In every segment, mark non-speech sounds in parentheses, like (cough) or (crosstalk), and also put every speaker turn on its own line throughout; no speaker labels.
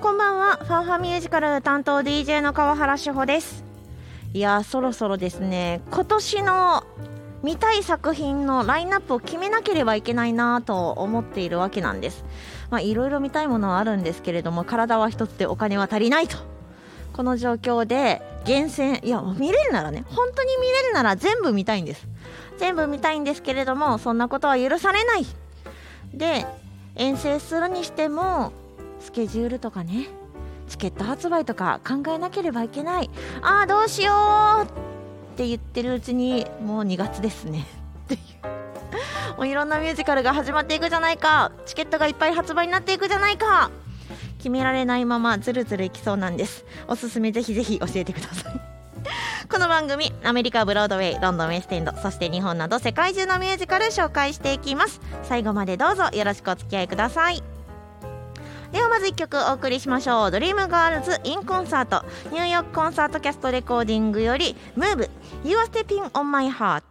こんばんはファンファミュージカル担当 DJ の川原志保ですいやーそろそろですね今年の見たい作品のラインナップを決めなければいけないなと思っているわけなんですまあいろいろ見たいものはあるんですけれども体は一つでお金は足りないとこの状況で厳選いや見れるならね本当に見れるなら全部見たいんです全部見たいんですけれどもそんなことは許されないで遠征するにしてもスケジュールとかねチケット発売とか考えなければいけないああどうしようって言ってるうちにもう2月ですね (laughs) っていうもういろんなミュージカルが始まっていくじゃないかチケットがいっぱい発売になっていくじゃないか決められないままずるずるいきそうなんですおすすめぜひぜひ教えてください (laughs) この番組アメリカブロードウェイロンドンウェステンドそして日本など世界中のミュージカル紹介していきます最後までどうぞよろしくお付き合いくださいではまず1曲お送りしましょう「ドリームガールズ・イン・コンサート」ニューヨークコンサートキャストレコーディングより「ムーブ You are stepping on my heart」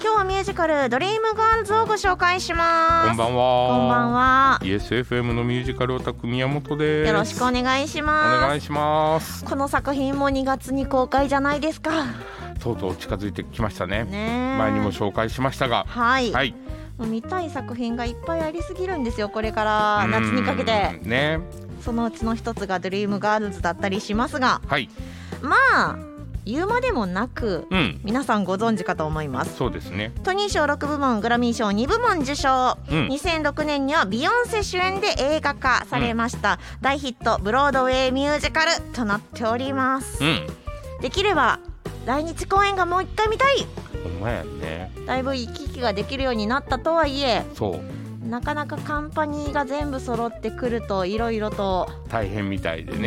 今日はミュージカル「ドリームガールズ」をご紹介します
こんばん
こ
は。
んばんは
ESFM のミュージカルオタク宮本です。
よろしくお
お
願いしま
願
す
いします。
この作品も2月に公開じゃないですか
とうとう近づいてきましたね。
ねえ
前にも紹介しましたが、
はい、
はい。
もう見たい作品がいっぱいありすぎるんですよこれから
うん
夏にかけて
ね、
そのうちの一つが「ドリームガールズ」だったりしますが
はい、
まあ言うまでもなく
うん、
皆さんご存知かと思います
そうですね。
トニー賞6部門グラミー賞2部門受賞、
うん
2006年にはビヨンセ主演で映画化されました、大ヒットブロードウェイミュージカルとなっております
うん、
できれば来日公演がもう一回見たい
ほんまやね。
だいぶ行き来ができるようになったとはいえ
そう、
なかなかカンパニーが全部揃ってくるといろいろと
大変みたいで
ね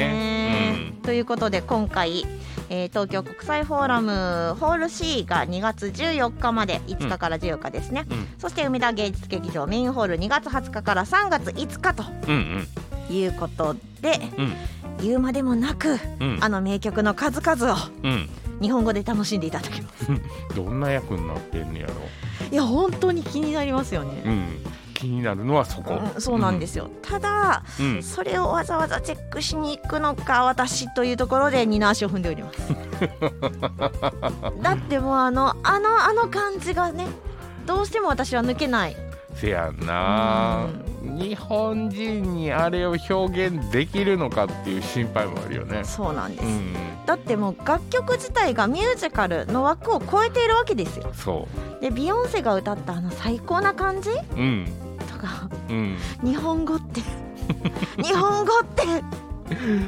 え
ね。
ということで今回、えー東京国際フォーラムホール C が2月14日まで5日から14日ですね、
うん、
そして梅田芸術劇場メインホール2月20日から3月5日と
うん、うん、
いうことで
うん、
言うまでもなく
うん、
あの名曲の数々を
うん、
日本語で楽しんでいただきます
どんな役になってんねやろ。
いや本当に気になりますよ
う
ね、
ん、気になるのはそこ。。
うんそうなんですすよ、ただ
うん、
それをわざわざチェックしに行くのか私というところで二の足を踏んでおります (laughs) だってもうあのあのあの感じがねどうしても私は抜けない
せやんな日本人にあれを表現できるのかっていう心配もあるよね
そうなんです、
うん
だってもう楽曲自体がミュージカルの枠を超えているわけですよ
そ
でビヨンセが歌ったあの最高な感じ
ううん
とか (laughs)
うん
日本語って (laughs) 日本語って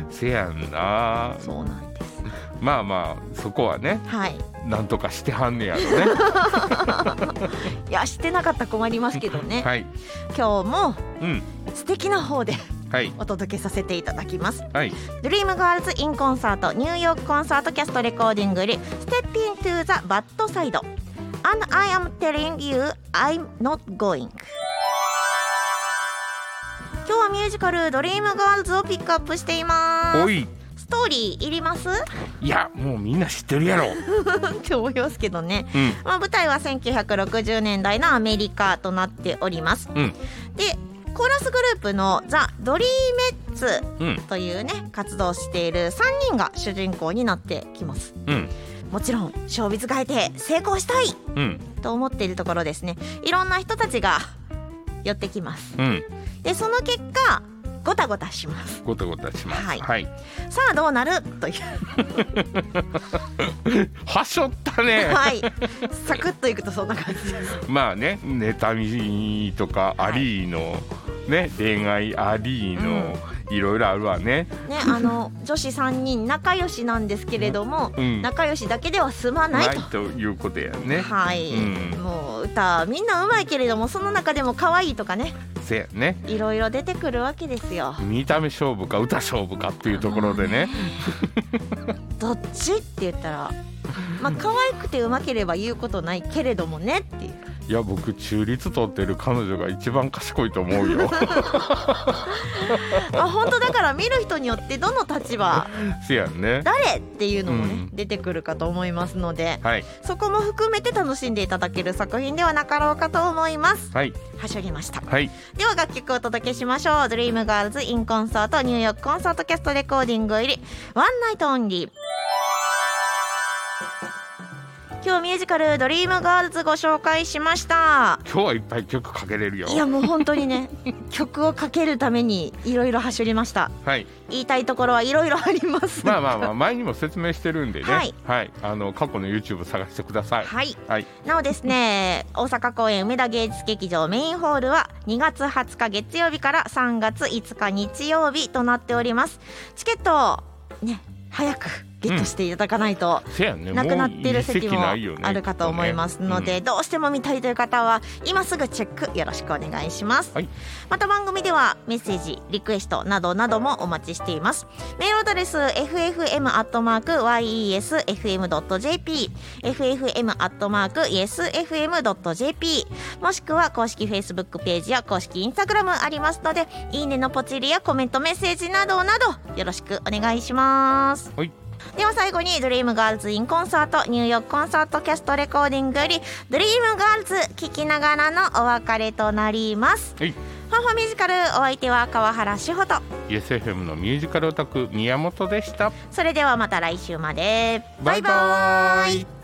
せやんな
そうなんです
まあまあそこはね
はい
なんとかしてはんねやろね
いやしてなかったら困りますけどね、
はい
今日も
うん
素敵な方で
はい
お届けさせていただきます
はい
ドリームガールズインコンサートニューヨークコンサートキャストレコーディングよりステッピン to the bad side and I am telling you I'm not going 今日はミュージカルドリームガールズをピックアップしていま
お
す
い
ストーリーいります
いやもうみんな知ってるやろ
って思いますけどね
うん
まあ舞台は1960年代のアメリカとなっております
うん
でコーラスグループのザ・ドリーメッツ
うん
というね活動をしている3人が主人公になってきます
うん
もちろんショービズ変えて成功したい
うん
と思っているところですねいろんな人たちが寄ってきます
うん
でその結果ゴタゴタします
ごたごたします
はい
はい
さあどうなるという
はしょったね
(laughs) はいサクッといくとそんな感
(laughs)
じです
まあね妬みとかありーの、ね恋愛ありーの、いろいろあるわね
ねあの女子3人仲良しなんですけれども、
うん
仲良しだけでは済まないと
ということやね
はい、
うん
もう歌みんなうまいけれどもその中でも可愛いとかね
せやね
いろいろ出てくるわけですよ
見た目勝負か歌勝負かっていうところでね
(laughs) どっちって言ったらまあ可愛くてうまければ言うことないけれどもねっていう
いや僕中立取ってる彼女が一番賢いと思
(laughs)
うよ
あ本当だから見る人によってどの立場
せやんね
誰っていうのもね、
うん
出てくるかと思いますので
はい
そこも含めて楽しんでいただける作品ではなかろうかと思います
はい
はしょりました
はい
では楽曲をお届けしましょう「ドリームガールズインコンサートニューヨークコンサートキャストレコーディング入りワンナイトオンリー」今日ミュージカル「ドリームガールズ」ご紹介しました
今日はいっぱい曲かけれるよ
いやもう本当に
(laughs)
ね曲をかけるためにいろいろはしょりました
はい
言いたいところはいろいろあります
まあまあまあ前にも説明してるんでね
はい、
あの過去の YouTube 探してください
はい
はい
なおですね大阪公演梅田芸術劇場メインホールは2月20日月曜日から3月5日日曜日となっておりますチケットをね早くゲットしていただかないと、
せやね
なくなっ
もう
てる席もあ
ないよね
るかと思いますので、どうしても見たいという方は今すぐチェックよろしくお願いします、
はい
また番組ではメッセージリクエストなどなどもお待ちしていますメールアドレス ffm.yesfm.jp ffm.yesfm.jp もしくは公式 Facebook ページや公式 Instagram ありますのでいいねのポチリやコメントメッセージなどなどよろしくお願いします
はい
では最後に「ドリームガールズインコンサートニューヨークコンサートキャストレコーディング」より「ドリームガールズ」聞きながらのお別れとなります
はい
ファンファミュージカルお相手は川原志穂と
YesFM のミュージカルオタク宮本でした
それではまた来週までバイバ
バイバ
イ
ーイ